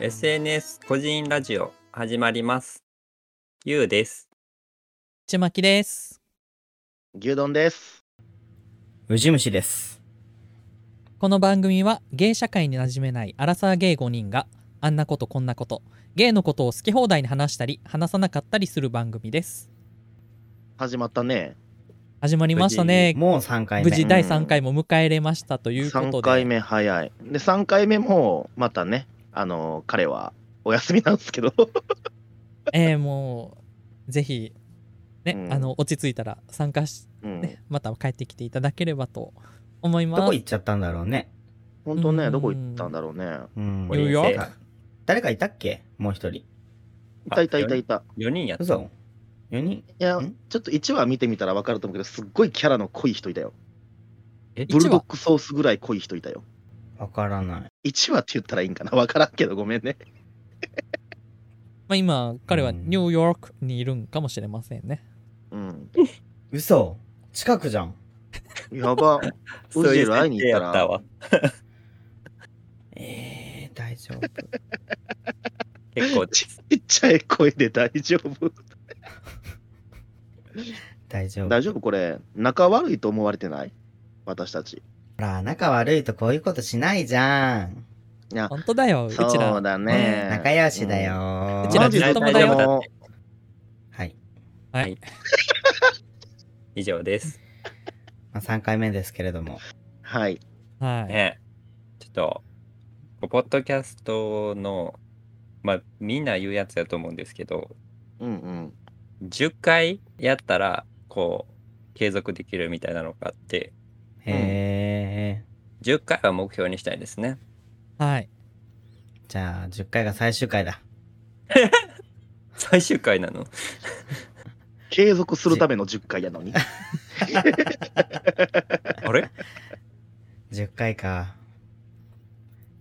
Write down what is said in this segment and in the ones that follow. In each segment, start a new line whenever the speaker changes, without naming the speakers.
SNS 個人ラジオ始まります。ゆうです。
ちまきです。
牛丼です。
ウジ虫です。
この番組はゲイ社会に馴染めないアラサーゲイ5人があんなことこんなことゲイのことを好き放題に話したり話さなかったりする番組です。
始まったね。
始まりましたね。
もう3回目。
無事第3回も迎えれましたということ
3
で、
回目早い。で、3回目もまたね、あのー彼はお休みなんですけど、
えーもうぜひね、
うん
あの落ち着いたら参加し
うん
ね、また帰ってきていただければと思います。
どこ行っちゃったんだろうね。
本当
う
ね、
ん
どこ行ったんだろうね。
うん。
いるよ
なんか誰かいたっけもう一人。
いたいたいたいた。
4人やった。
嘘 ?4 人
いや
ん、
ちょっと1話見てみたら分かると思うけど、すっごいキャラの濃い人いたよ。
え
ブルドックソースぐらい濃い人いたよ。
わからない。
1話って言ったらいいんかな分からんけど、ごめんね。
まあ、今彼はニューヨークにいるんかもしれませんね。
うん。
嘘近くじゃん。
やば。
そういう
ウジェル会いに
設定
行ったら
やったわ。
えー、大丈夫。
結構です
ちっちゃい声で大丈夫。
大丈夫。
大丈夫これ、仲悪いと思われてない私たち。
ほら、仲悪いとこういうことしないじゃん。
いや、
本当だよ、うちら。
そうだね。
仲良しだよ。
うちら
マジで
ずっと仲良かった
でも
はい。
はい。
以上です。
まあ、3回目ですけれども。
はい。
はい。
ね、ちょっと、こうポッドキャストの、まあ、みんな言うやつやと思うんですけど、
うんうん。
10回やったら、こう、継続できるみたいなのがあって、
へえ。
10回は目標にしたいですね。
はい。
じゃあ、10回が最終回だ。
最終回なの
継続するための10回やのに。
あれ
10回か。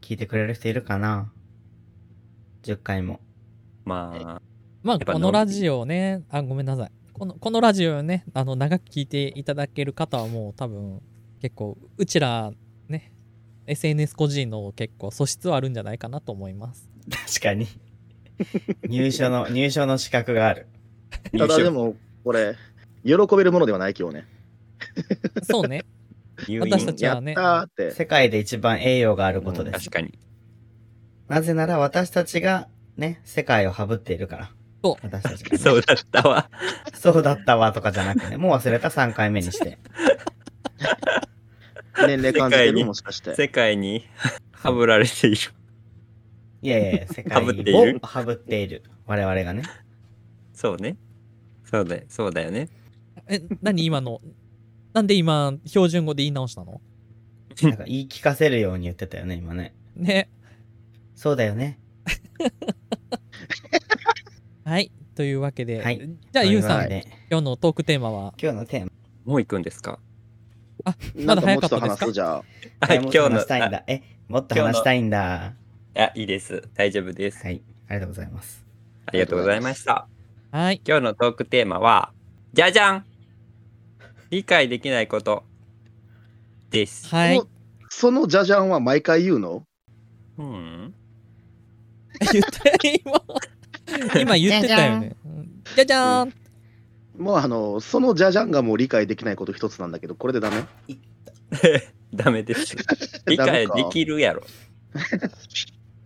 聞いてくれる人いるかな ?10 回も。
まあ、
ま
や
あ、
っぱ
このラジオね、あ、ごめんなさい。この、このラジオね、あの、長く聞いていただける方はもう多分、結構、うちら、ね、SNS 個人の結構素質はあるんじゃないかなと思います。
確かに。入所の、 入所の資格がある。
ただでも、これ、喜べるものではない今日ね。
そうね。
入
私た
院
ち
や
は
った
ね
ーって。
世界で一番栄養があることです。
確かに。
なぜなら私たちが、ね、世界をハブっているから。
そう
私たちが、ね。
そうだったわ。
そうだったわとかじゃなくてね。もう忘れた3回目にして。
年齢感じて
世界に
るもしかして。
世界 にはぶられている。
いやいやいや、世
ハ
界
ブっている
をハブっている。我々がね。
そうね。そうだよ、そうだよね。
え、何今の、なんで今、標準語で言い直したの
なんか言い聞かせるように言ってたよね、今ね。
ね。
そうだよね。
はい。というわけで、
はい
じゃあ、ゆう
という
さん、
わけで
今日のトークテーマは、
今日のテーマ。
もう行くんですか
なんかもうちょ
まだ早か
っと
ったです
話
か
すじゃあ。
はい、
も
今日
っと
の
話したいんだ。え、もっと話したいんだ。
あ。あ、いいです。大丈夫です。
はい。ありがとうございます。
ありがとうございました。
はい。
今日のトークテーマは、じゃじゃん理解できないことです。
はい
そ。のそのじゃじゃんは毎回言うの
うん。
言って、今、今言ってたよね。うんじゃじゃーん。
もうあの、そのじゃじゃんがもう理解できないこと一つなんだけど、これでダメ
ダメ です。理解できるやろ。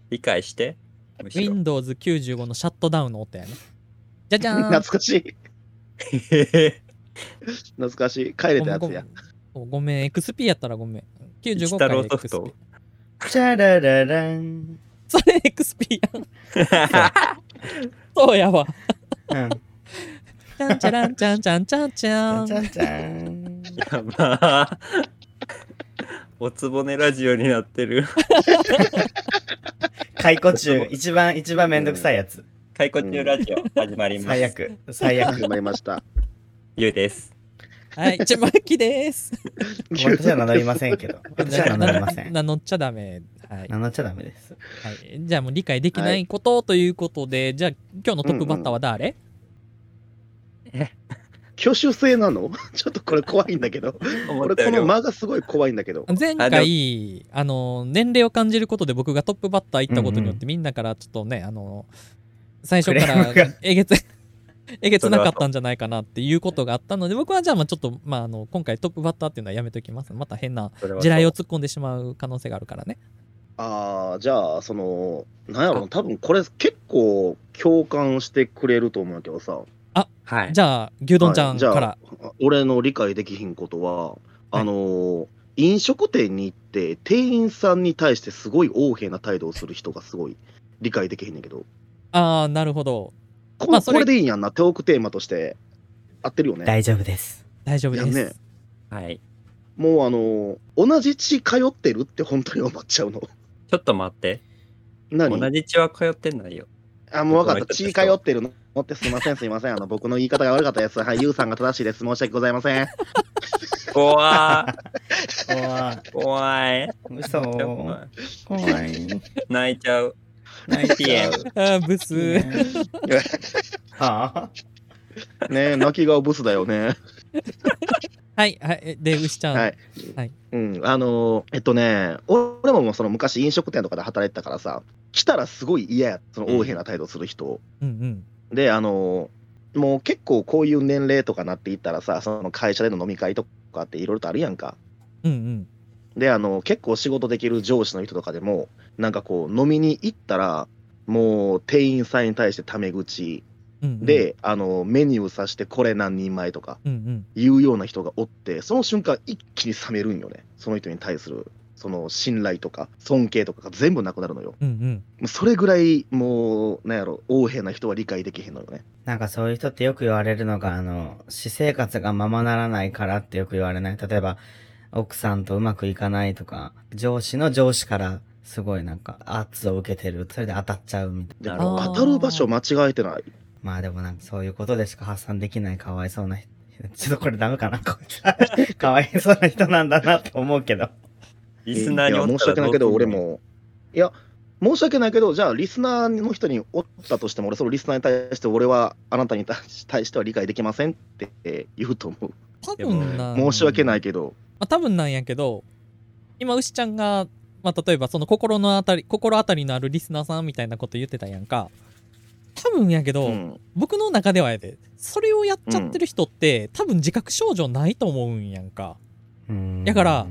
理解して。むしろ。
Windows 95のシャットダウンの音やね。じゃじゃー
懐
ん。
かしい。
懐
懐かしい。帰れたやつや。
ごめんごめん、XP やったらごめん。95
一
回
太
で
郎ソフ
XP
ト。
チャラララン。
それ XP やん。 そうやわ。
うん。
ちゃんちゃらんちゃんちゃんちゃんちゃん。
じゃんじゃん。
やばー。 おつぼねラジオになってる。
解雇中、一番、一番めんどくさいやつ。
解雇中ラジオ始まります。
最悪、最悪。
始まりま した。
ゆうです。
はい、ちまきです。
私は名乗りませんけど。私は名乗りませ ん。
名乗っちゃダメ。はい。
名乗っちゃダメです。
はい、じゃあもう理解できないことということで、じゃあ今日のトップバッターは誰、
挙手制なの ちょっとこれ怖いんだけど。
思っ
俺
たよ
こ
り
の
も
間がすごい怖いんだけど。
前回あの年齢を感じることで僕がトップバッター行ったことによって、みんなからちょっとねあの最初か
クレーム
らえげつえげつなかったんじゃないかなっていうことがあったので僕はじゃあまあちょっと、まあ、あの今回トップバッターっていうのはやめときますまた変な
それは
地雷を突っ込んでしまう可能性があるからね
ああ、じゃあ、その、なんやろうな、多分これ結構共感してくれると思うけどさ。
はい
じゃあ牛丼ちゃんから、
はいじゃあ俺の理解できひんことは、あのー飲食店に行って、店員さんに対してすごい横柄な態度をする人がすごい理解できへんねんけど、
ああなるほど
こ,、
まあそ
こ
れ
れでいいんやんな、トークテーマとして合ってるよね。
大丈夫です。
大丈夫です、
いやね
はい
もうあのー同じ血通ってるって本当に思っちゃうの。
ちょっと待って
何
同じ血は通ってないよ
あ、もう分かっ
この
た。
人
血通ってるのってすいません、すいません。あの、僕の言い方が悪かったです。はい、ゆうさんが正しいです。申し訳ございません。
怖ー
怖い。
怖い
嘘。
やば
怖い。
い泣いちゃう
泣いちゃう。
あ ーブス
いいねはあ
ねえ、泣き顔ブスだよね。
はいはいえで牛ちゃん、
はい
はい
うん、あのーえっとね、俺ももうその昔飲食店とかで働いてたからさ、来たらすごい嫌や、その横柄な態度する人。
うんうん
で、あのーもう結構こういう年齢とかなっていったらさ、その会社での飲み会とかっていろいろとあるやんか。
うんうん
で、あのー結構仕事できる上司の人とかでも、なんかこう飲みに行ったら、もう店員さんに対してタメ口
うんうん
で、あのーメニューさしてこれ何人前とか
うんうん
いうような人がおって、その瞬間、一気に冷めるんよね、その人に対する、その信頼とか、尊敬とかが全部なくなるのよ。
うんうん
もうそれぐらい、もう、なんやろ、横柄な人は理解できへんのよね。
なんかそういう人ってよく言われるのが、あの、私生活がままならないからってよく言われない。例えば、奥さんとうまくいかないとか、上司の上司からすごいなんか圧を受けてる。それで当たっちゃうみたい
な
で
な。
るほ
あ
ど
ー
当たる場所間違えてない。
まあでもなんかそういうことでしか発散できないかわいそうな人。 ちょっとこれダメかなこいつ かわいそうな人なんだなと思うけど。
リスナーにお
いや
ったら
申し訳ないけど、
うす
俺
んの
も。いや、申し訳ないけど、じゃあ、リスナーの人におったとしても、俺、そのリスナーに対して、俺は、あなたに対し 対しては理解できませんってえー言うと思う。
多分な
申し訳
い
ないけど、
まあ、多分なんやけど今牛ちゃんが、まあ、例えばその心のあたり心当たりのあるリスナーさんみたいなこと言ってたやんか多分やけど、
うん、
僕の中ではやでそれをやっちゃってる人って、多分自覚症状ないと思うんやんか
うん
だから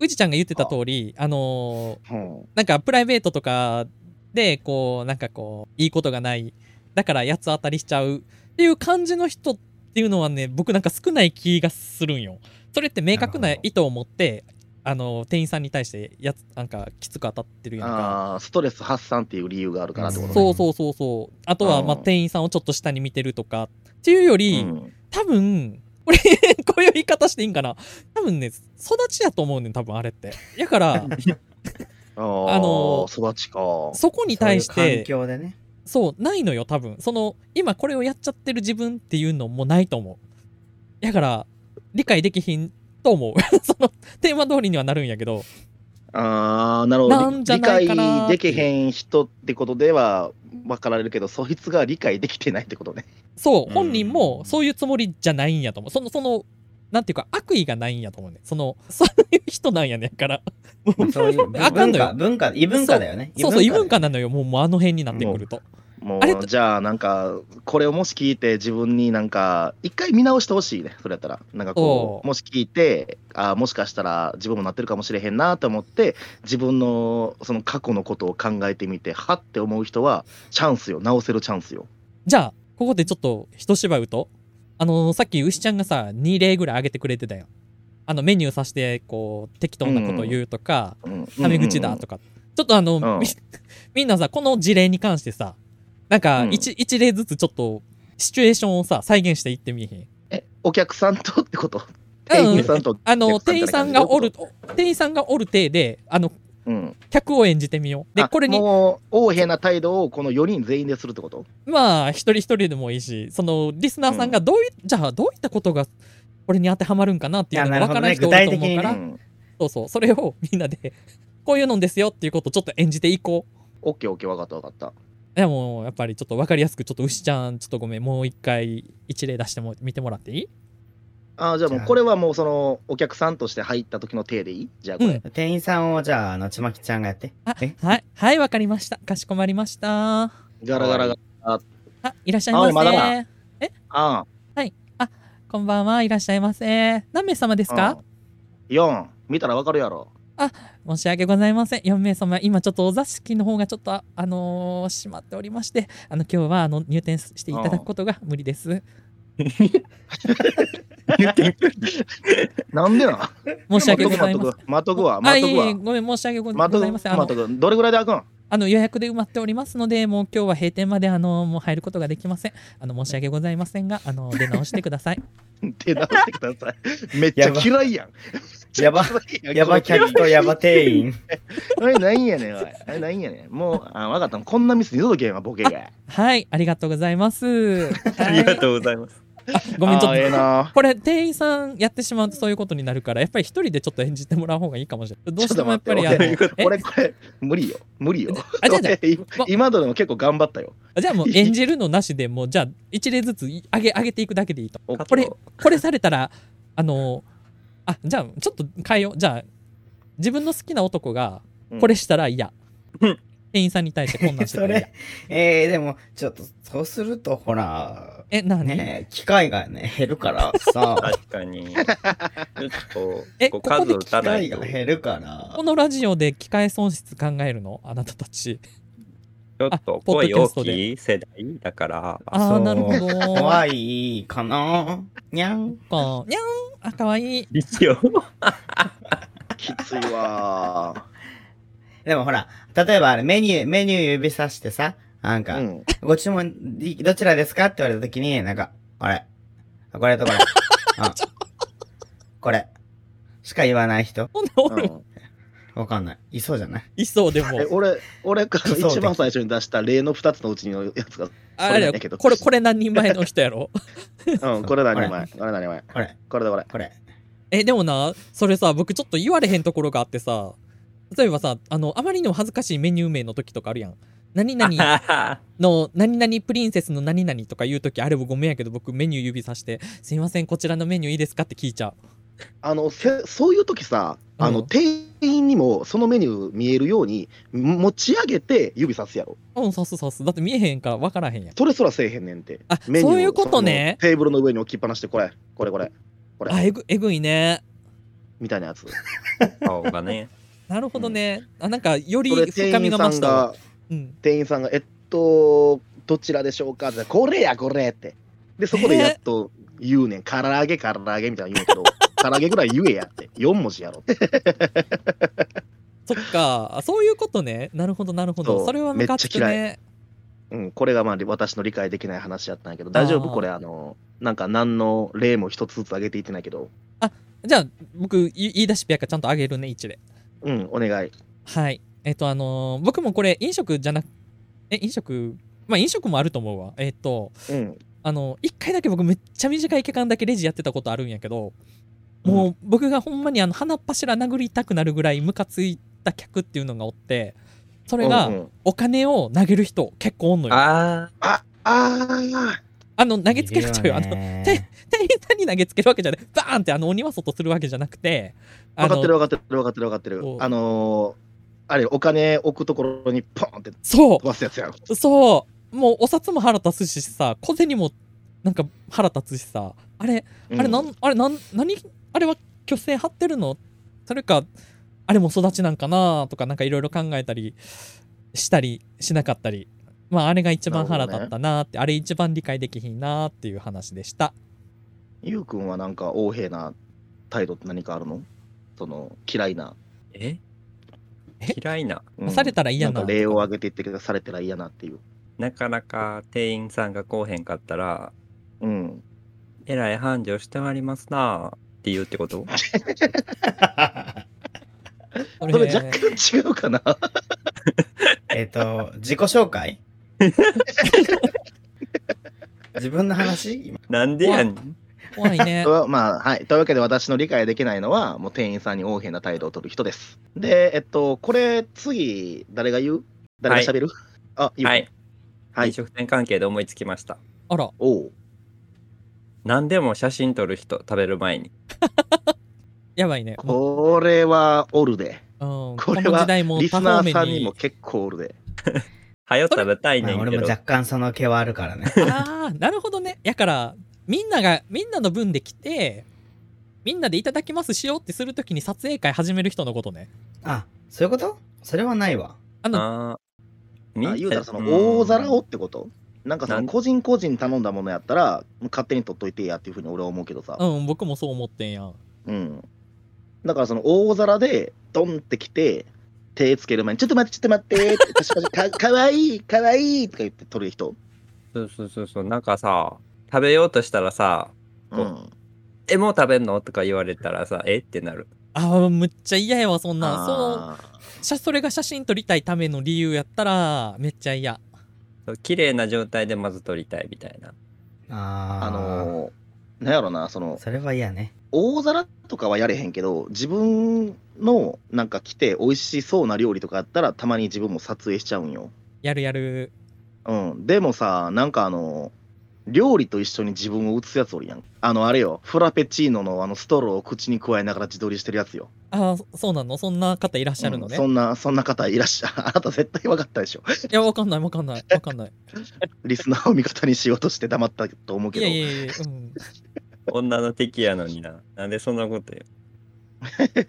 うじちゃんが言ってた通りあのー
うん
なんかプライベートとかでこうなんかこういいことがないだから八つ当たりしちゃうっていう感じの人っていうのはね僕なんか少ない気がするんよそれって明確な
なるほど
意図を持ってあの店員さんに対してやつなんかきつく当たってるやんか
ああー、ストレス発散っていう理由があるからってことね
そうそうそうそうあとはまあ
うん
店員さんをちょっと下に見てるとかっていうより、
うん
多分これ こういう言い方していいんかな多分ね育ちやと思うねん多分あれってだ から
あ
あ
あ
の
の育ちか。
そこに対して
そういう環境でね。
そう、ないのよ、多分。その、今これをやっちゃってる自分っていうのもないと思う。だから、理解できひんと思う。 その、テーマ通りにはなるんやけど、
ああ、なるほど。
なんじゃないかなーって
理解できへん人ってことでは分かられるけど、そいつが理解できてないってことね。
そうう、
ん
本人もそういうつもりじゃないんやと思う。その、その、なんていうか、悪意がないんやと思うね。その、 そういう人なんやねんから。
そういう
あかん
文
のよ
化、文化、異文化だよね。
そうそう、異文
だよ
化なのよ、もう、もうあの辺になってくると。
も
あれと
う、じゃあ、なんか、これをもし聞いて、自分になんか、一回見直してほしいね、それやったら。なんかこ
おう
う、もし聞いて、あーもしかしたら自分もなってるかもしれへんなと思って、自分のその過去のことを考えてみて、はって思う人は、チャンスよ、直せるチャンスよ。
じゃあ、ここでちょっと、一芝居打とう。あの、さっき牛ちゃんがさ、2例ぐらい上げてくれてたよ。あの、メニューさして、こう、適当なこと言うとか、
うん
タメ口だとか、ちょっとあの、
うん
み みんなさこの事例に関してさなんか
うん
一、一例ずつちょっとシチュエーションをさ再現していってみへ
え、お客さんとってこと
ん、
店
う
員さ
ん、
んと。
あの店員さんがおる
ど
店員さんがおる体であの
うん。
客を演じてみようで
あ
これに
もう、横柄な態度をこの4人全員でするってこと
まあ一人一人でもいいしそのリスナーさんがどうい、じゃあどういったことがこれに当てはまるんかなっていうの
いや
が
な
わ
るほ
か
ど
ら
ね
ん人多いと思うから、
あ具体
うん。
そうそうそれをみんなでこういうのんですよっていうことをちょっと演じていこう
オッケーオッケー、わかったわかった。
でもやっぱりちょっと分かりやすくちょっと牛ちゃんちょっとごめんもう一回一例出しても見てもらっていい
あーじゃあもうこれはもうそのお客さんとして入った時の体でいいじゃあこれ、
うん
店員さんをじゃあ、あの、ちまきちゃんが やって。
あ
え
はいはいわかりましたかしこまりましたあ
ガラガラガラ
いらっしゃいませ
あまだだあ
こんばんはいらっしゃいませ何名様です
ー
か
うん4見たらわかるやろ
申し訳ございません4名様今ちょっとお座敷の方がちょっとああのー閉まっておりましてあの今日はあの入店していただくことが無理です
なんでな
申し訳ございません
待っとくわ
あ
待っ
い
と
え
く
い
わ
えごめん申し訳ご
待
ござ
っとく
い
わ
ませんあ
待っ
の
とくわどれぐらいで開くん
あの予約で埋まっておりますのでもう今日は閉店まであのもう入ることができませんあの申し訳ございませんがあの出直してください
手直してください。めっちゃ嫌いやん。
やば、やば客とやば 店員。
おい、なんやねん、おい。おいなんやねん。もう、あ、わかった。こんなミス二度とけんわ、ボケが。
はいありがとうございます、
あ
は
りが
い、
とうございます。
ごめんちょ
あ
っ
ーええ
と
な。
これ店員さんやってしまうとそういうことになるからやっぱり一人でちょっと演じてもらう方がいいかもしれないどうしてもやっぱり
ちょ
あ
っと
の
待
って
え
俺、これ、無理よ。無理よ。
あじゃあじゃあ
俺今今のでも結構頑張ったよ。
じゃあもう演じるのなしでもうじゃあ一例ずつい上げ上げていくだけでいいと
お
加藤
これこれされたらあのあじゃあちょっと変えようじゃあ自分の好きな男が
うん
これしたら嫌、
うん
店員さんに対してこんなんして
そ
たら嫌
れ、えー、でも、ちょっと、そうすると、ほら、
え何、
ね機会がね、減るから さ、
確かに。ちょっと、
え
こう
ここ
数
で
打
機
たない
会
と。
が
ち
減るから
こ、のラジオで機械損失考えるのあなたたち
ょっと
ポッドキ
声
ャ
大
ストで
きい世代だから、
ああ
そう
なるほど
怖いかなにゃん。
かにゃんあかわいい
一応、
きついわ
でもほら、例えばあれ、メニュー、メニュー指さしてさ、なん
ー。
か、
うん。
ご注文い、どちらですかって言われたときに、なんか、これ、これ とこれ、あこれ、しか言わない人
こんなお
う
る、
ん
わかんない。いそうじゃない
いそうでも
え俺、俺か
そう
ら一番最初に出した例の二つのうちのやつが、
あれ
そ
だ
うだけ
よ
ど
これこれ何人前の人やろ
うん、これ何枚これ何枚
これ、
これだこれ。
これ。
えでもなそれさ僕ちょっと言われへんところがあってさ例えばさあのあまりにも恥ずかしいメニュー名の時とかあるやん何々の何々プリンセスの何々とか言う時あれもごめんやけど僕メニュー指さして「すいませんこちらのメニューいいですか?」って聞いちゃう
あのせそういう時さ、あ
う
の
ん
店員にもそのメニュー見えるように持ち上げて指さすやろ。
うん、さすさす。だって見えへんから分からへんやん。
それすらせえへんねんて。
あ、そ
メニューを
ういうことね。
そのテーブルの上に置きっぱなして、これ、これ、これ、こ
あ、
れ、
えぐえぐいね。
みたいなやつ。
顔がね。
なるほどね。あ、なんか、より
それ
深
店
み
員
が
さ
増
ん
したわ。
が、
うん。
店員さんが、えっと、どちらでしょうかって、これや、これって。で、そこでやっと言うねん。唐揚げ、唐揚げみたいなの言うんや けど、唐揚げぐらい言えやって。4文字やろって。
そっか。あそういうことね。なるほど、なるほ
そ
ど。
う
それはムカつく
めっちゃ
ね。
うん、これがまあ私の理解できない話やったんやけど、大丈夫
あー
これ、あの、なんか何の例も一つずつ挙げていってないけど。
じゃあ、僕、い言い出しペアからちゃんとあげるね、一例。
うん、お願い。
はい。えっ、と、あのー僕もこれ、飲食じゃなく、え、飲食、まあ、飲食もあると思うわ。えっ、と、
うん。
あの、一回だけ僕、めっちゃ短い期間だけレジやってたことあるんやけど、もう、僕がほんまに、あの、鼻っ柱殴りたくなるぐらいムカついた客っていうのがおって、それが、
うんうん
お金を投げる人結構おんのよ。あ
あ
あ、あ
の投げつけるという、あの
手
店員さんに投げつけるわけじゃないバーンってあの鬼は外するわけじゃなくて
あ、分
あ
かってる
の
分かってる分かってる分かってる
お。
あのー、あれ、お金置くところにポンって
そ
飛ばすやつやん。
うそうもうお札も腹立つしさ小銭もなんか腹立つしさあれ
う
あれなん、あれなん何あれは虚勢張ってるのそれかあれも育ちなんかなとかなんかいろいろ考えたりしたりしなかったりまああれが一番腹立ったなーって、あれ一番理解できひんなーっていう話でした
ゆうくんはなんか、横柄な態度って何かあるのその、嫌いな。
え
え
嫌いな。
うん
されたら嫌な
なんか例を挙げていってけど、されたら嫌なっていう。
なかなか店員さんがこうへんかったら、
うん。
えらい繁盛してはりますなあって言うってこと
そ
それ若干違うかな
えっと、自己紹 介自分の話今
なんでやねん。
怖い ね
とはまあ、はい。というわけで、私の理解できないのは、もう店員さんに横柄な態度を取る人です。で、えっと、これ、次、誰が言う誰が喋る、あ、ゆうくん
はい。
はい
飲食店関係で思いつきました。
あら、
おう。
何でも写真撮る人、食べる前に。
やばいね。うん、
これはおるで。
こ
これ
の
は
時代も
リス
多
ナ
方
ー
面
さんに
に
も。結構おるで。
はよ食べたい
ま
ね
あ、
ん
俺
け
も
ど
若。干その気はあるからね。
ああ、なるほどね。やから、みんなが、みんなの分で来て、みんなでいただきますしようってするときに撮影会始める人のことね。
あ、そういうことそれはないわ。
あの、
あーみ
あ言うたらそ
うん
の大皿をってことなんかそ
なん
の個人個人頼んだものやったら勝手に取っといてやっていうふうに俺は思うけどさ、
うん、僕もそう思ってんやん。
うん、だからその大皿でドンってきて手つける前に「ちょっと待ってちょっと待って」ってパシパシか かわいいかわいい」とか言って取る人、
そうそうそうそう。なんかさ、食べようとしたらさ、
うん、
え、もう食べんのとか言われたらさ、えってなる。
ああ、むっちゃ嫌やわ、そんなん。その
あ
写それが写真撮りたいための理由やったらめっちゃ嫌
そう綺麗な状態でまず撮りたいみたいな。
あ
ー
ー
あのーなんやろなその
それは嫌ね。
大皿とかはやれへんけど自分のなんか来て美味しそうな料理とかあったらたまに自分も撮影しちゃうんよ
やるやる
うん、でもさ、なんかあの、料理と一緒に自分を映すやつおるやん。あの、あれよ、フラペチーノのあのストローを口に加えながら自撮りしてるやつよ。
ああそそうなのそんな方いらっしゃるのね、
うんそんな、そんな方いらっしゃ、 あなた絶対分かったでしょ。
いやわかんないわかんないわかんない
リスナーを味方にしようとして黙ったと思う
い
けど、
やいやいや、うん、
女の敵やのにな。なんでそんなこと言う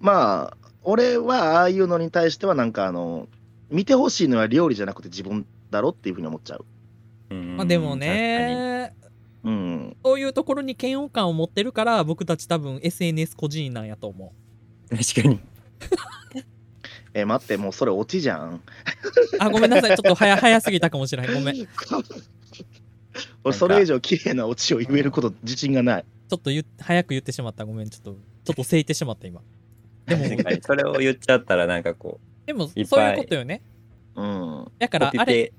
まあ、俺はああいうのに対しては、なんかあの、見てほしいのは料理じゃなくて自分だろっていうふうに思っちゃう。
うん
まあでも。ね
うん。
そういうところに嫌悪感を持ってるから僕たち多分 SNS 個人なんやと思う
確かに。
え、待って、もうそれオチじゃん。
あごめんなさいちょっと 早早すぎたかもしれないごめんち
俺、それ以上綺麗なオチを言えること、自信がない。
ょっと言っ早く言ってしまったごめんちょっとちょっとせいてしまった今 でも
確かにそれを言っちゃったらなんかこう、
で
いっ
も
ぱい
そういうことよね
うん。
だから
コピ
あれ
ペ、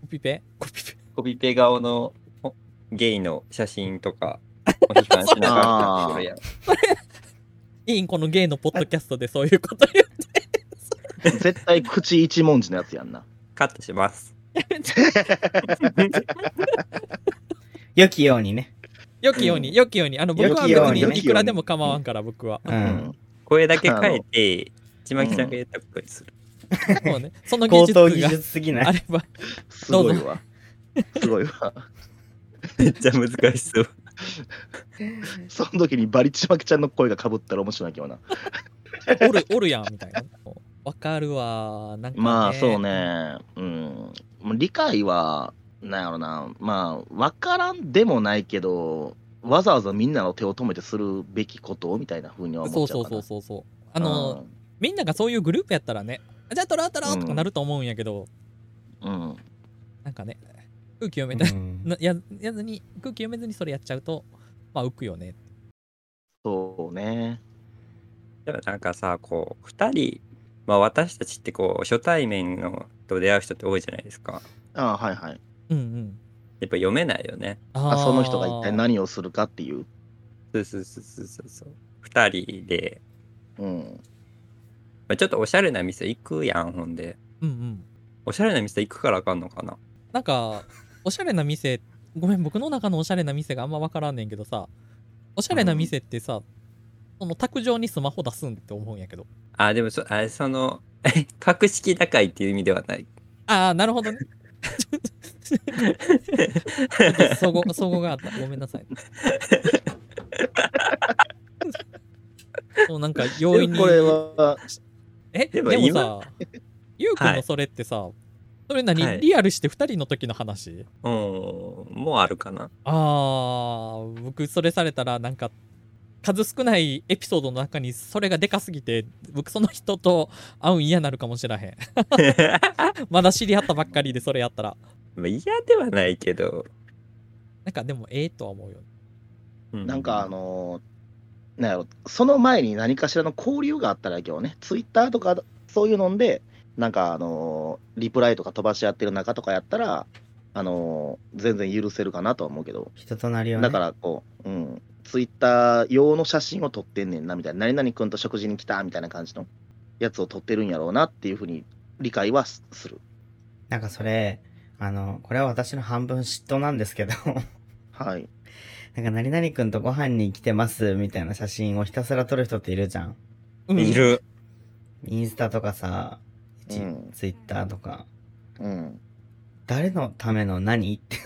コピペコピペ
コピペ顔のほゲイの写真と か、お批判しなかったりするやん。
いいんこのゲイのポッドキャストでそういうこと言う
絶対口一文字のやつやんな。
カットします。
良きようにね。
良きように、良きように。あの、僕は別
良きように
にいくらでも構わんから、僕は。
う。
うんん
声だけ変えて、ちまきちゃんが言ったことにする。
もうね、その技
高
術
等技
が
術すぎな
あ
い。
れば。
すごいわ。す ごいわ。
めっちゃ難しそう。
その時にバリチマキちゃんの声がかぶったら面白いけ どな。
おる、おるやん、みたいな。わかるわ。なんか、ね。
まあそう。ね。うん。もう理解は、なんやろな。まあ、わからんでもないけど、わざわざみんなの手を止めてするべきことみたいな風には
そ
思っ
う
ちゃ
そうう
か
そ
な。
うそうそう。あの、
うん
みんながそういうグループやったらね、あじゃあ、トラトラとかなると思うんやけど、
うん。
なんかね、空気読めた、
うん
なややずに、空気読めずにそれやっちゃうと、まあ、浮くよね。
そうね。
でもなんかさ、こう、二人、まあ私たちってこう、初対面のと出会う人って多いじゃないですか。
ああはいはい
うんうん。
やっぱ読めないよね。
あ
あ。
ー
その人が一体何をするかっていう。
そうそうそうそうそうそう。二人で、
うん。
まあ、ちょっとおしゃれな店行くやん、ほんで。
うんうん。
おしゃれな店行くからあかんのかな。
なんか、おしゃれな店、ごめん、僕の中のおしゃれな店があんま分からんねんけどさ、おしゃれな店ってさ、その卓上にスマホ出すんって思うんやけど。
あ、でもそ、あその、 え格式高いっていう意味ではない。
ああ、なるほど ね。そご、そごがあった。ごめんなさい。そうなんか容易に。
これは、
え、
で
でも
も
さ、ゆうくんのそれってさ、それ何、
はい
リアルして2人の時の話
うん、もうあるかな。
あー僕それされたらなんか数少ないエピソードの中にそれがでかすぎて僕その人と会うん嫌なるかもしらへん まだ知り合ったばっかりでそれやったら
まあ嫌ではないけど。
なんかでもええとは思うよ
う
なんかあ、のーなんやろ、その前に何かしらの交流があったらいいけどね、ツイッターとかそういうので、なんかあのーリプライとか飛ばし合ってる中とかやったら、あのー全然許せるかなとは思うけど、
人となりをね。
だからこう、うん、ツイッター用の写真を撮ってんねんなみたいな、何々君と食事に来たみたいな感じのやつを撮ってるんやろうなっていうふうに理解はすする。
なんかそれ、あの、これは私の半分嫉妬なんですけど、
はい。
なんか、何々くんとご飯に来てますみたいな写真をひたすら撮る人っているじゃん。
うん
いる。
インスタとかさ、一
うん
ツイッターとか。
うん。
誰のため の何って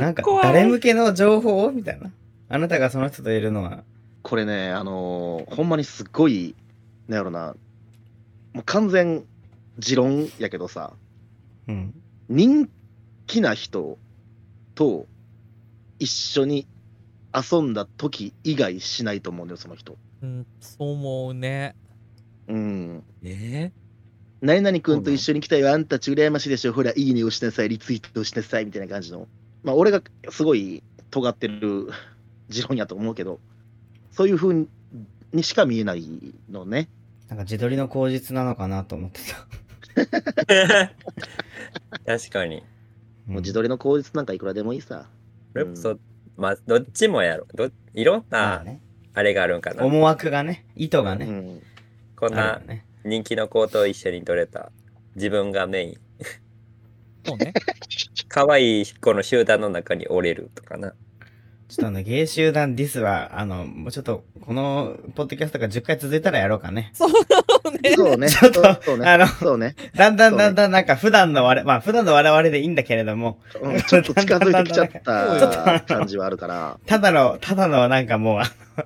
なんか
怖い
誰向けの情報みたいなあなたがその人といるのは
これね、あのーほんまにすっごい、なんやろな、もう完全、持論やけどさ、
うん
人気な人と一緒に遊んだ時以外しないと思うんだよ、その人。
うん、そう思うね。
うん。
え
何々君と一緒に来たよ、あんたち羨ましいでしょ、ほら、いいねをしなさい、リツイートをしなさい、みたいな感じの。まあ、俺がすごい尖ってる 持論やと思うけど、そういう風にしか見えないのね。
なんか自撮りの口実なのかなと思ってた、
ー確かに。
うん
もう自撮りの口実なんかいくらでもいいさ。
それこそ、まあ、どっちもやろ。どいろん
まあ
な、
ね
あれがあるんかな。
思惑がね意図が
う
ね、
ん、
こん
あ
な
るよね
人気の子と一緒に撮れた。自分がメイン。
そうね。
可愛い子の集団の中に折れるとかな。
ちょっとね芸集団ディスはあのもうちょっとこのポッドキャストが10回続いたらやろうかね
そうね。
そうね。
ちょっと
そう
あの
ね。そうね。
だんだんだんだんなんか普段の我々まあ普段の我々でいいんだけれども
うんちょっと近づいてきちゃった感じはあるから。
ただの、ただのなんかもう、あの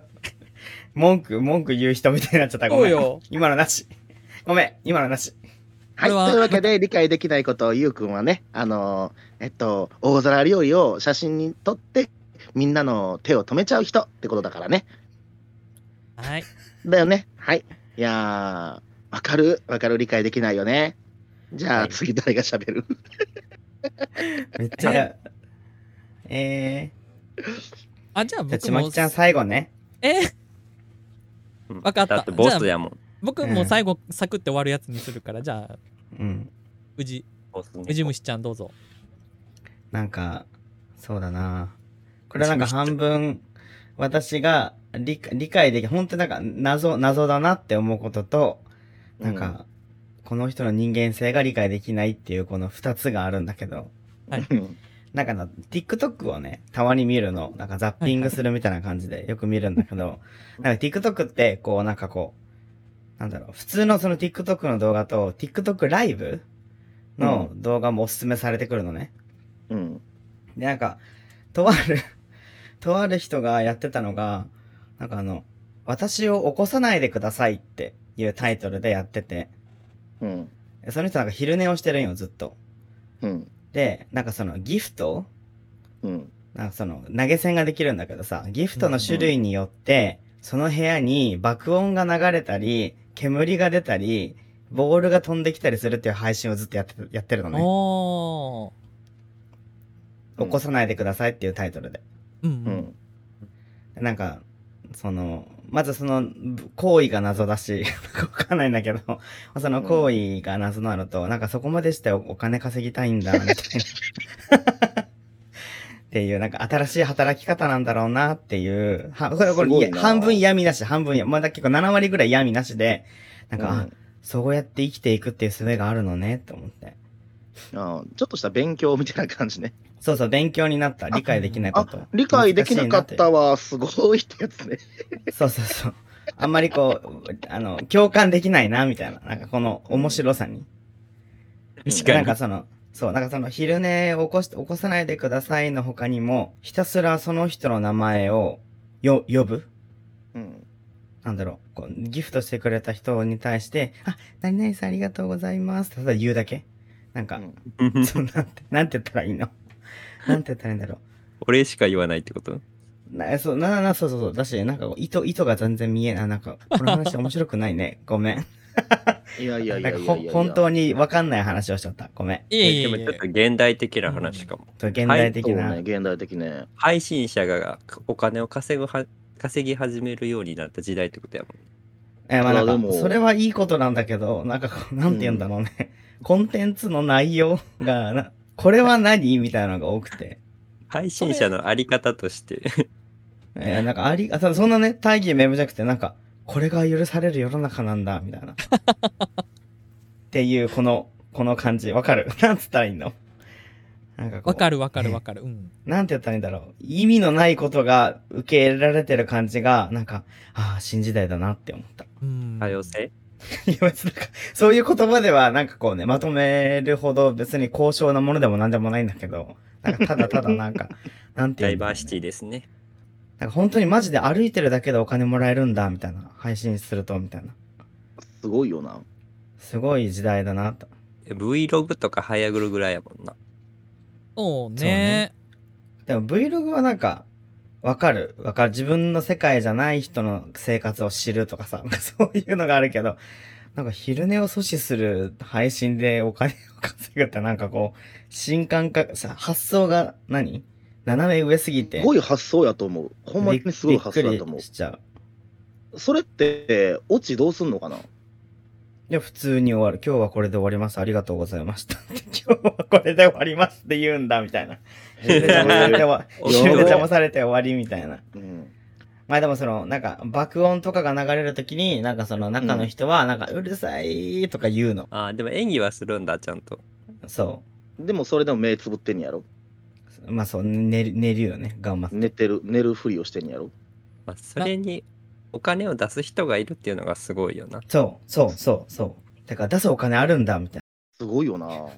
文句、文句言う人みたいになっちゃった。ご
そう
めん。
よ。
今のなし。ごめん、今のなし。
はい。
ことれはい
いうわけで、理解できないことをゆうくんはね、あの、えっと、大皿料理を写真に撮って、みんなの手を止めちゃう人ってことだからね。
はい。
だよね。はい。いやー、わかるわかる理解できないよね。じゃあ、
はい
次誰が喋る
めっちゃ、 え
あ、じゃあ
ー、じゃあ、
僕
ちま
も
きちゃん最後ね。
え
うん
わかった
だってボスやもん。
僕
う
も
ん
最後、サクって終わるやつにするから、じゃあ、
うん。
うじ、
ボス
うじ
に
虫ちゃんどうぞ。
なんか、そうだなこれはなんか半分、私が理理解でき、本当になんか謎、謎だなって思うことと、なんか、この人の人間性が理解できないっていうこの二つがあるんだけど、
うん
なんかな、TikTok をね、たまに見るの、なんかザッピングするみたいな感じでよく見るんだけど、なんか TikTok って、こう、なんかこう、なんだろう、普通のその TikTok の動画と、TikTok ライブの動画もおすすめされてくるのね。
うん。
で、なんか、とある、 とある人がやってたのが、なんかあの、私を起こさないでくださいっていうタイトルでやってて、
うん。
その人なんか昼寝をしてるんよ、ずっと。
うん。
で、なんかそのギフト
うん。
なんかその投げ銭ができるんだけどさ、ギフトの種類によって、その部屋に爆音が流れたり、煙が出たり、ボールが飛んできたりするっていう配信をずっとやってやってるのね。
おー。
起こさないでくださいっていうタイトルで。
うん
う
うん。
ん。
なんか、その、まずそのぶ行為が謎だし、 わかんないんだけど、その行為が謎なのと、なんかそこまでしておお金稼ぎたいんだ、みたいな。 っていう、なんか新しい働き方なんだろうなっていう、はこれこ
すご
れ
いな
半分嫌味なし、半分や、まだ結構7割ぐらい嫌味なしで、なんか、
う
あそうやって生きていくっていう術があるのね、と思って。
あーちょっとした勉強みたいな感じね。
そうそう、勉強になった。理解できないこと。
理解できなかっ
難しいな
たわ、すごいってやつね。
て。そうそうそう。あんまりこう、あの、共感できないな、みたいな。なんかこの面白さに。
確
な
か
んか
に。
その、そう、なんかその、昼寝を起こし、起こさないでくださいの他にも、ひたすらその人の名前を、よ、呼ぶ
うん。
なんだろう、こう、ギフトしてくれた人に対して、あ、何々さんありがとうございます。ただ言うだけなんか、
うん
そうなんて、なんて言ったらいいのなんて言ったらいいんだろ
俺しか言わないってこと
う。な、そう、な、な、そうそうそう。だし、なんかこう、意図、意図が全然見えない。なんか、この話面白くないね。ごめん。
いやいやい
な
や
んか
い
ほ
や
ん
いや。
本当にわかんない話をしちゃった。ごめん。
いえいえ
で
い
も
え
ちょっと現代的な話かも。
と現代的な。
そうね、現代的ね。
配信者がお金を稼ぐは稼ぎ始めるようになった時代ってことやもん。
えーまあ
いや
なん
で
か、
も
それはいいことなんだけど、なんかこう、なんて言うんだろうね。コンテンツの内容がな、これは何みたいなのが多くて。
配信者のあり方として。
えーなんかあり、あただそんなね、大義名分じゃなくて、なんか、これが許される世の中なんだ、みたいな。っっていう、この、この感じ。わかるなんつったらいいのなんかこう
わかるわかるわかる。うん。
なんて言ったらいいんだろう。意味のないことが受け入れられてる感じが、なんか、ああ、新時代だなって思った。
うん。
多様性
いや、別になんか、そういう言葉では、なんかこうね、まとめるほど別に高尚なものでもなんでもないんだけど、なんかただただな んか、なんて
ダ
言う
イ
んだろうね
バーシティですね。
なんか本当にマジで歩いてるだけでお金もらえるんだ、みたいな。配信すると、みたいな。
すごいよな。
すごい時代だなと。
Vlog とかハイアグルぐらいやもんな。
そうね
そうねでも Vlog はなんか、わかる。わかる。自分の世界じゃない人の生活を知るとかさ、なんか そういうのがあるけど、なんか昼寝を阻止する配信でお金を稼ぐってなんかこう、新感覚、さ、発想が何斜め上すぎて。
すごい発想やと思う。ほんまにすごい発想や
びっ
と
く
思
りしちゃう。
う。それって、オチどうすんのかな
で、普通に終わる。今日はこれで終わります。ありがとうございました。 今日はこれで終わりますって言うんだ、み たいな。昼寝邪魔されて終わ
面
昼
白い
寝邪魔されて終わりみたいな。
うん。
まあでもその、なんか、爆音とかが流れるときに、なんかその中の人は、なんか、うるさいとか言うの。
ああ、でも演技はするんだ、ちゃんと。
そ
でもそれでも目つぶってんやろ
う。まあそう、寝る、寝るよね。頑張って。
寝てる、寝るふりをしてんやろ
まあ、それにお金を出す人がいるっていうのがすごいよな。
そう、そう、そう、そう。だから出すお金あるんだ、みたい
すごいよな。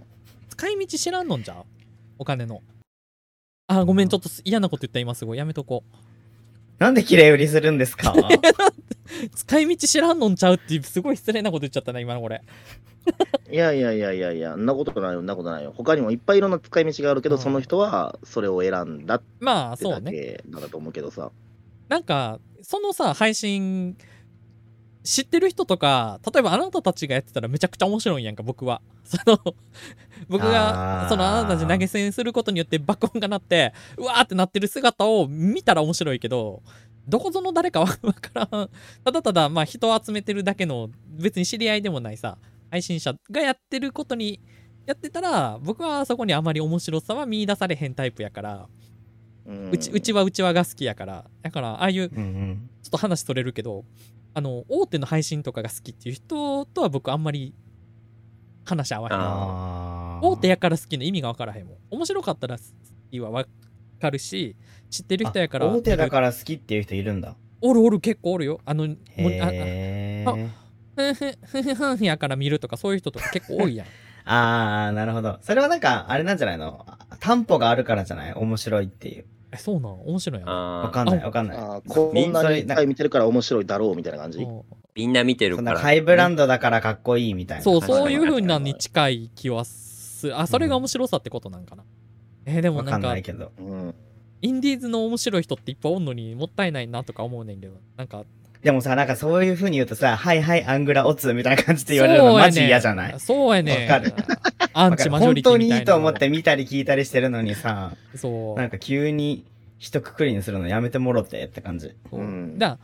使い道知らんのんじゃうお金の。あ、ごめん、ちょっとす嫌なこと言った、今すごい。やめとこう。
な。なんで綺麗売りするんですか
使い道知らんのんちゃうっていう、すごい失礼なこと言っちゃったな、今のこれ。
いやいやいやいやいや、んなことないよ、んなことないよ。他にもいっぱいいろんな使い道があるけど、
うん
その人はそれを選んだっ
まあ、
て
そう
だ
ね。
けなんだと思うけどさ。
なんか、そのさ、配信、知ってる人とか、例えばあなたたちがやってたらめちゃくちゃ面白いんやんか、僕は。 その、僕が、
あー
そのあなたたち投げ銭することによって爆音が鳴って、うわーってなってる姿を見たら面白いけど、どこぞの誰かはわからん。ただただ、まあ人を集めてるだけの、別に知り合いでもないさ、配信者がやってることに、やってたら、僕はそこにあまり面白さは見出されへんタイプやから、
うん
うち、うちはうちはが好きやから、だから、ああいう、
うんうん。
ちょっと話取れるけど、あの、大手の配信とかが好きっていう人とは僕あんまり話合わへん。
ああ。
大手やから好きの意味がわからへんもん。面白かったら好きはわかるし、知ってる人やから。
あ大手だから好きっていう人いるんだ。
おるおる結構おるよ。あの、もうああ
へえ。
ふんふんふんふんふんやから見るとかそういう人とか結構多いやん。
あー、なるほど。それはなんか、あれなんじゃないの担保があるからじゃない面白いっていう。
え、そうなん面白いやん。
わ
ああ、
かんない、わかんない。
あーこんなにいっぱい見てるから面白いだろうみたいな感じ。
うん
みんな見てる
そ
か
ん
ら。
なハイブランドだからかっこいいみたいな。
そう、
確かに
そういう風なのに近い気はする。あ、それが面白さってことなんかな。えーでも
わ
な
か
ん
ん
か
ない、けど。
うん。
インディーズの面白い人っていっぱいおんのにもったいないなとか思うねんけど、なんか。
でもさ、なんかそういう風に言うとさ、はいはい、アングラオツみたいな感じで言われるのマジ嫌じゃない
そうやねん。
わかる
ア
わ
ン
か
チ
る
マジョ
本
リティ
当
み
に
た
い
い
い
な。
と思って見たり聞いたりしてるのにさ、
そう。
なんか急に一括りにするのやめてもろてって感じ。
そう
うん
だ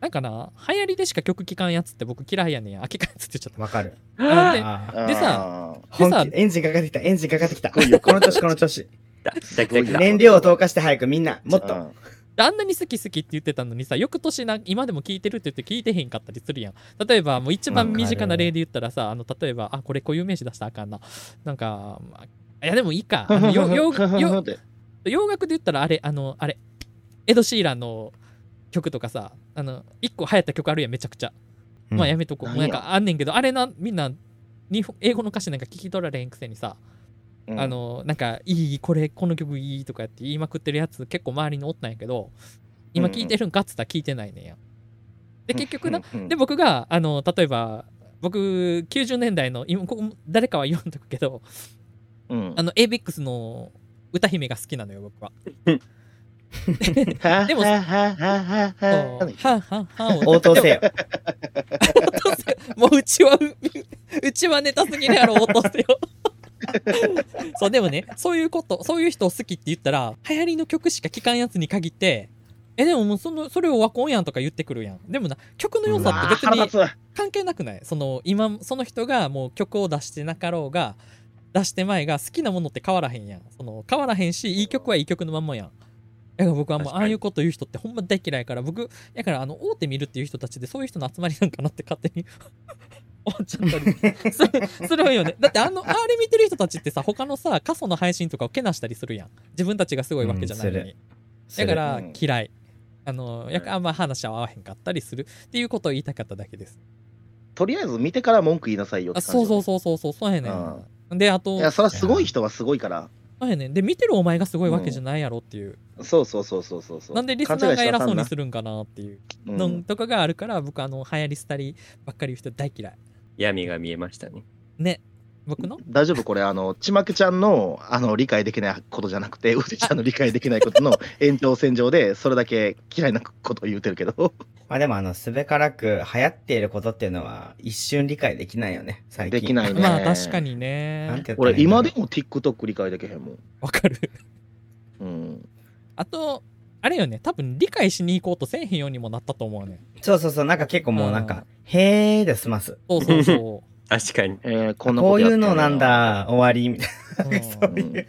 なんかな、流行りでしか曲聴かんやつって僕嫌いやねん。あ、聴かんやつって言っちゃっ
わかる。
た。あで
あー
で
さ、
本
でさ
気、エンジンかかってきた、エンジンかかってきた。
ごいよ
この年、この年。
だだだだ
燃料を投下して早くみんな、もっと。
うん
であんなに好き好きって言ってたのにさ、翌年な、今でも聴いてるって言って聴いてへんかったりするやん。例えば、もう一番身近な例で言ったらさ、あの、例えば、あ、これ固有名詞出したらあかんな。なんか、まあ、いやでもいいか。あのよ よよ
って
洋楽で言ったらあれあのあれエド・シーランの曲とかさあの1個流行った曲あるやんめちゃくちゃ、まあやめとこう
何
もう
や
なんかあんねんけどあれなみんな日本英語の歌詞なんか聞き取られへんくせにさ、
うん
あのなんかいいこれこの曲いいとかやって言いまくってるやつ結構周りにおったんやけど今聞いてるんかっつったら聞いてないねんやで結局な、、
うん
で、僕があの例えば僕90年代の今ここ誰かは言わんとくけど
うん
あの ABEX の歌姫が好きなのよ僕はでも
はははは
そうはん
は
はんはんを
応答せ よ。
もううちは、ううちはネタすぎるやろ、落と せよ。そう、でもね、そういうこと、そういう人を好きって言ったら、流行りの曲しか聴かんやつに限って、え、でももうその、それを和婚やんとか言ってくるやん。でもな、曲の良さって別
腹
に
立つわ
関係なくないその、今、その人がもう曲を出してなかろうが、出して前が好きなものって変わらへんやん。その、変わらへんし、いい曲はいい曲のまんまやん。だから僕はもう
確
あ
かに
あいうこと言う人ってほんま大嫌いやから僕だからあの大手見るっていう人たちでそういう人の集まりなんかなって勝手に 思っちゃったり するするよね。だってあの、あれ見てる人たちってさ、他のさ、過疎の配信とかをけなしたりするやん。自分たちがすごいわけじゃないのに。だか
う
ら
ん
嫌い。あの、やっ
うん
ぱあんま話合わへんかったりするっていうことを言いたかっただけです。
とりあえず見てから文句言いなさいよって
あ
感じよ
そうそうそうそうそう、そうやね
あ
ん。で、あと
い、や、それはすごい人はすごいから。
そうやねん。で、見てるお前がすごいわけじゃないやろっていう。
そうそうそうそうそうそう。
なんでリスナーが偉そうにするんかなっていう
る
のんとかがあるから、僕、あの、流行り廃りばっかり言う人大嫌い。
闇が見えましたね。
ね。僕の
大丈夫これあのちまくちゃんのあの理解できないことじゃなくてうでちゃんの理解できないことの延長線上でそれだけ嫌いなことを言うてるけど
まあでもあの、すべからく流行っていることっていうのは一瞬理解できないよね、最近。
できないね
まあ、確かに
なん
ね。
て言ったらい
俺
いんだ
今
ろう
でも TikTok 理解できへんもん、
わかる。
うん、
あと、あれよね、多分理解しに行こうとせえへんようにもなったと思うね。
そうそうそう、なんか結構もうなんか、へーで済ます。
そうそうそ
確かに。
えーこんな
こ
こと
う
やっ
い
て
うん
な
のなん、だ、終わり、みた
う。う
いな。
ん
そういう。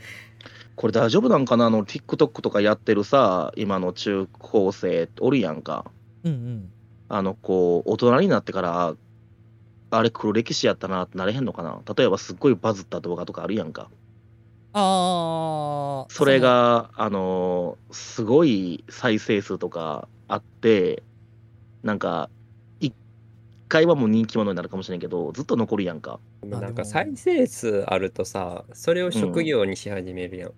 これ大丈夫なんかなあの TikTok とかやってるさ今の中高生おるやんか
うんうん。
あのこう大人になってからあれ黒歴史やったなってなれへんのかな例えばすっごいバズった動画とかあるやんか
あー
それ、が、あのーすごい再生数とかあって、なんか、一回はもう人気者になるかもしれんけど、ずっと残るやんか。
でもなん
で
か
も
再生数あるとさ、それを職業にし始めるやん。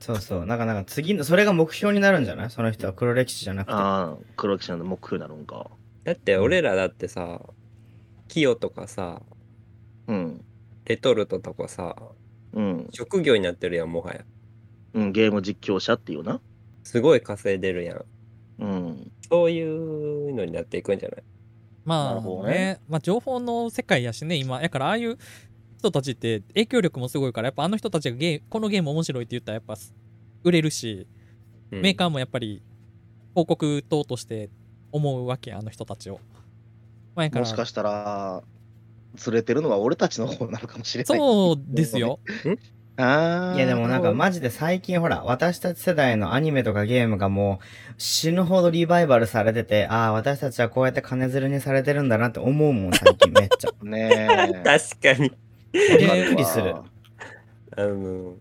そうそう、なんかなんか次の、それが目標になるんじゃないその人は黒歴史じゃなくて。
ああ、黒木さんの目標になるんか。
だって俺らだってさ、キヨとかさ、
うん。
レトルトとかさ、
うん。
職業になってるやん、もはや。
うん、ゲーム実況者っていうな。
すごい稼いでるやん。
うん。
そういうのになっていくんじゃない
ま
な
あ
るほ
ね
どね
まあ情報の世界やしね、今。やからああいう人たちって影響力もすごいから、やっぱあの人たちがゲーこのゲーム面白いって言ったらやっぱ売れるし、
うん
メーカーもやっぱり広告塔として思うわけ、あの人たちを。前から。
もしかしたら、釣れてるのは俺たちの方なのかもしれない。
そうですよ。
ああ。
いやでもなんか
ま、
マジで最近ほら、私たち世代のアニメとかゲームがもう死ぬほどリバイバルされてて、ああ、私たちはこうやって金づるにされてるんだなって思うもん、最近めっ ちゃ。
ねえ。
確かに。
びっくりする。
あの、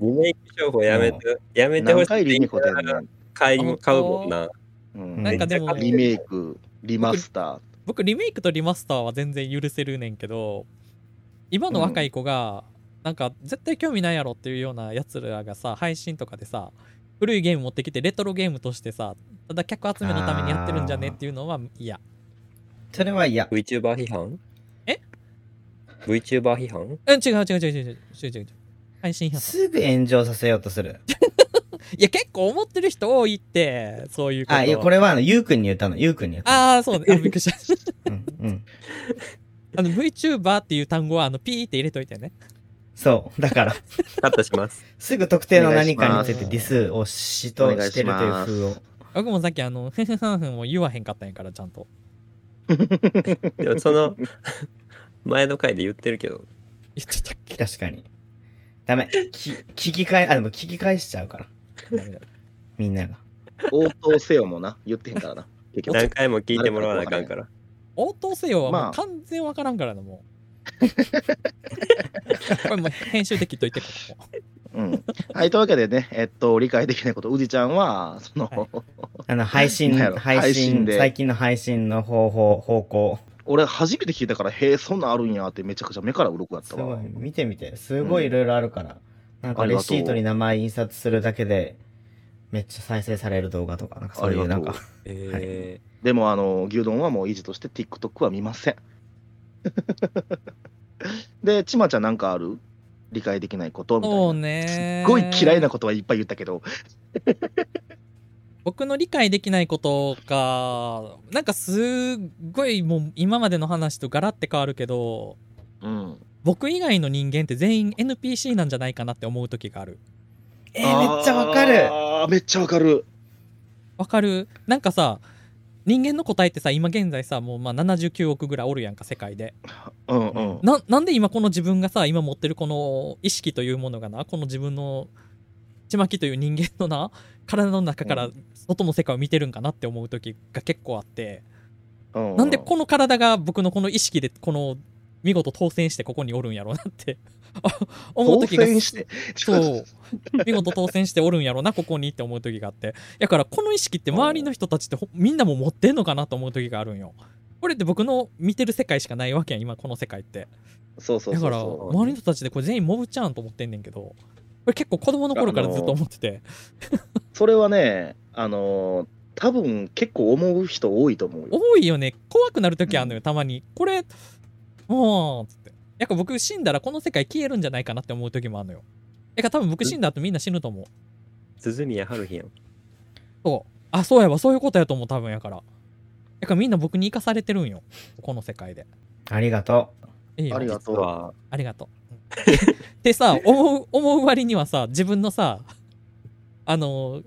リメイク商法やめて、やめてほ
何
し
回リ
い
メイクだよね。
買いも
あ本当
買うもんな。
うん
なんかでも、
リメイク、リマスタ
僕リメイクとリマスターは全然許せるねんけど今の若い子が、なんか絶対興味ないやろっていうようなやつらがさ配信とかでさ古いゲーム持ってきてレトロゲームとしてさただ客集めのためにやってるんじゃねっていうのは嫌
それは嫌。
VTuber 批判
え
?VTuber 批判
うん違う違う違う違う違う違う違う配信批判
すぐ炎上させようとする。
いや結構思ってる人多いってそういうこと
あ、いや、これはあの、ゆうくんに言ったの、ゆうくんに言った
ああそうねあびっくりした
の。うん、うん。
あの VTuber っていう単語はあのピーって入れといてね
そう。だから、
カットします。
すぐ特定の何
お
か
願い
に
し
つい
ます
てディスをしと
お願い
して
し
るという
ます
風を。
僕もさっきあのふんふんふんふんも言わへんかったんやからちゃんと
ー。
でもその、 前の回で言ってるけど、
言ってたっけ
確かに。ダメ。き聞き返、あ、でも聞き返しちゃうから。
ダメだ
みんなが。
応答せよもな、言ってへんから な。結局
何回も聞いてもらわなあかんから。
応答せよは
ま
もう
あ
完全わからんからな、もう。 これもう編集できっといて、ここ。
うん。はい、というわけでね、えっと、理解できないこと、うじちゃんは、その、
は
あの、配信、
なんやろ
配
配
信
信、で
最近の配信の方法、方向。
俺、初めて聞いたから、へえ、そんなんあるんやって、めちゃくちゃ目から鱗やっ
す
た
ご
わ
い。。見てみて。すごいいろいろあるから。なんか
あり
レ
がとう
シートに名前印刷するだけで、めっちゃ再生される動画とか、なんかそうい
あ
う、
り
な
がとう
んか、
え
でも、あの、牛丼はもう維持として、TikTok は見ま せん。で、ちまちゃんなんかある理解できないことみた
そう
いな。
ね。
すっごい嫌いな。ことはいっぱい言ったけど、
僕の理解できないことか、なんかすっごいもう今までの話とガラって変わるけど、
うん。
僕以外の人間って全員 NPC なんじゃないかなって思う時がある。
えー、めっちゃわかる
あーめっちゃわかる。
わかるなんかさ、人間の答えってさ、今現在さ、もうまあ79億ぐらいおるやんか、世界で。
うんうん。
ななんで今この自分がさ今持ってるこの意識というものがなこの自分のちまきという人間のな体の中から
う
外の世界を見てるんかなって思う時が結構あって、
うん
なんでこの体が僕のこの意識でこの見事当選してここにおるんやろうなって 思う
当
時が
選して、
そう。見事当選しておるんやろな、ここにって思う時があって。だから、この意識って周りの人たちってほみんなも持ってんのかなと思う時があるんよ。これって僕の見てる世界しかないわけやん、今この世界って。
そうそう
だ
そ
か
う
ら、
そう。
周りの人たちでこれ全員モブちゃんと思ってんねんけど、これ結構子供の頃からずっと思ってて。
それはね、あのー多分結構思う人多いと思うよ。
多いよね怖くなる時あるのよ、たまにこれもうつってやっぱ僕死んだらこの世界消えるんじゃないかなって思う時もあるのよやっぱ多分僕死んだ後みんな死ぬと思う
鈴宮春日やん。
そうあそうやわそういうことやと思う多分やからやからみんな僕に生かされてるんよこの世界で
ありがと
いいよ
ありが
実
とう。
は、
ありがとうで さ思う思う割にはさ自分のさあの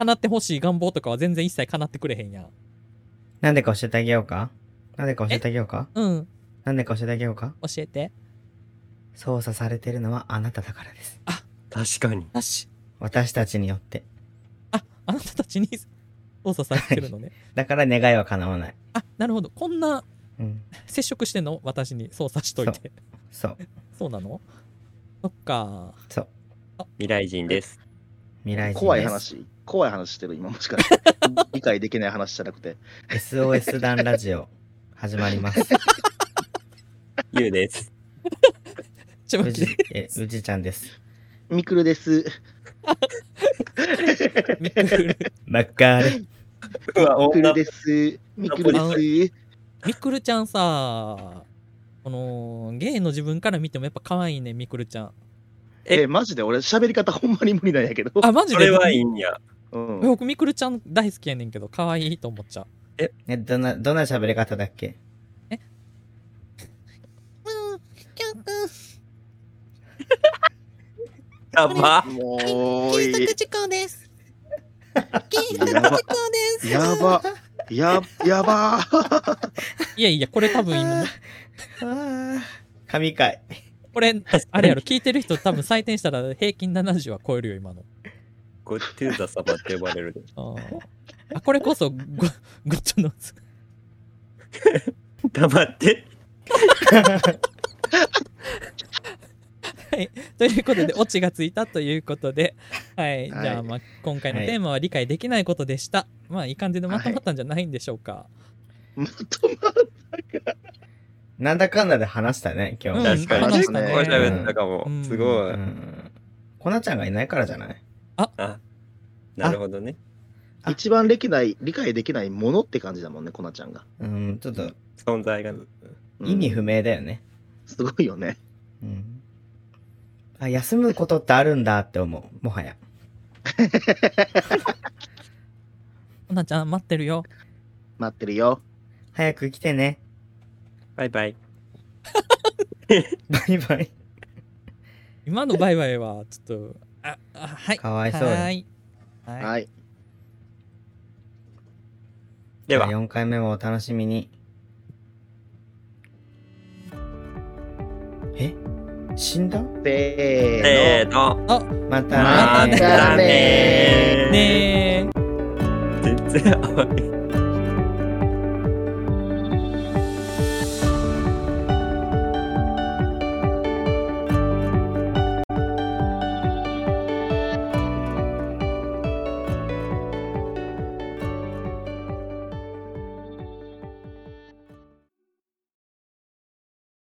叶ってほしい願望とかは全然一切叶ってくれへんやん
う。なんでか教えてあげようかなんでか教えてあげようか
うん
なんでか教えてあげようか
教えて
操作されてるのはあなただからです。
確かに。
よし
私たちによって。
ああなたたちに 操作されてるのね
だから願いは叶わない。
あなるほどこんな
うん。
接触してんの私に操作しといて
そう。
そうなのそっか
そう。
未来人 です。
未来人です。
怖い。話、怖い話してる、今もしか して。理解できない話じゃなくて。
SOS 団ラジオ、始ま ります。
ゆうです。
ちょっと
う
待っ
じ
て、
え、うじちゃんです。
ミクルです。
ミクル
ばっかり。
うわ、
ミク
女
ルです。ミクルです。
ミクルちゃんさこのゲイの自分から見てもやっぱ可愛いねミクルちゃん
え
え、マジで俺、喋り方ほんまに無理なんやけど。
あマジ
そ
で
れはいいんや。
うん
僕ミクルちゃん大好きやねんけど可愛いと思っちゃう
ね、どんな、どんな喋り方だっけ
やば。
もういい。
事項です
やば。やば。や、やばー。
いやいやこれ多分今
ああ。神回。
これあれやろ聞いてる人多分採点したら平均70は超えるよ今の
ゴッテューザ様って呼ばれるで。
あーあこれこそごごっちょの
黙って。
ということで、オチがついたということで、はい、じ
はい
ゃあ、まあ、今回のテーマは理解できないことでした。まあ、いい感じでまとまったんじゃないんでしょうか。
まとまっ
なんだかんだで話したね、今
うん
確
日。
かに。
話し
結
た
構
ね
喋ったかも
う。ん
すごい。
うん。コナちゃんがいないからじゃない
あ、なるほどね。
た一番できない、理解できないものって感じだもんね、コナちゃんが。
うん、ちょっと
存在が。
うん
意味不明だよね。
すごいよね。
うん。あ、休むことってあるんだって思う、もはや。
ほなちゃん、待ってるよ。
待ってるよ。
早く来てね。
バイバイ。
バイバイ。
今のバイバイは、ちょっと、あ、あはい。
かわいそうよ
はい。はい
はい。
では。
4回目もお楽しみに。え死んだ
せ
せー
ーの。
の。
ま
ま
たね
たねー。
ねえ。
全然合わない。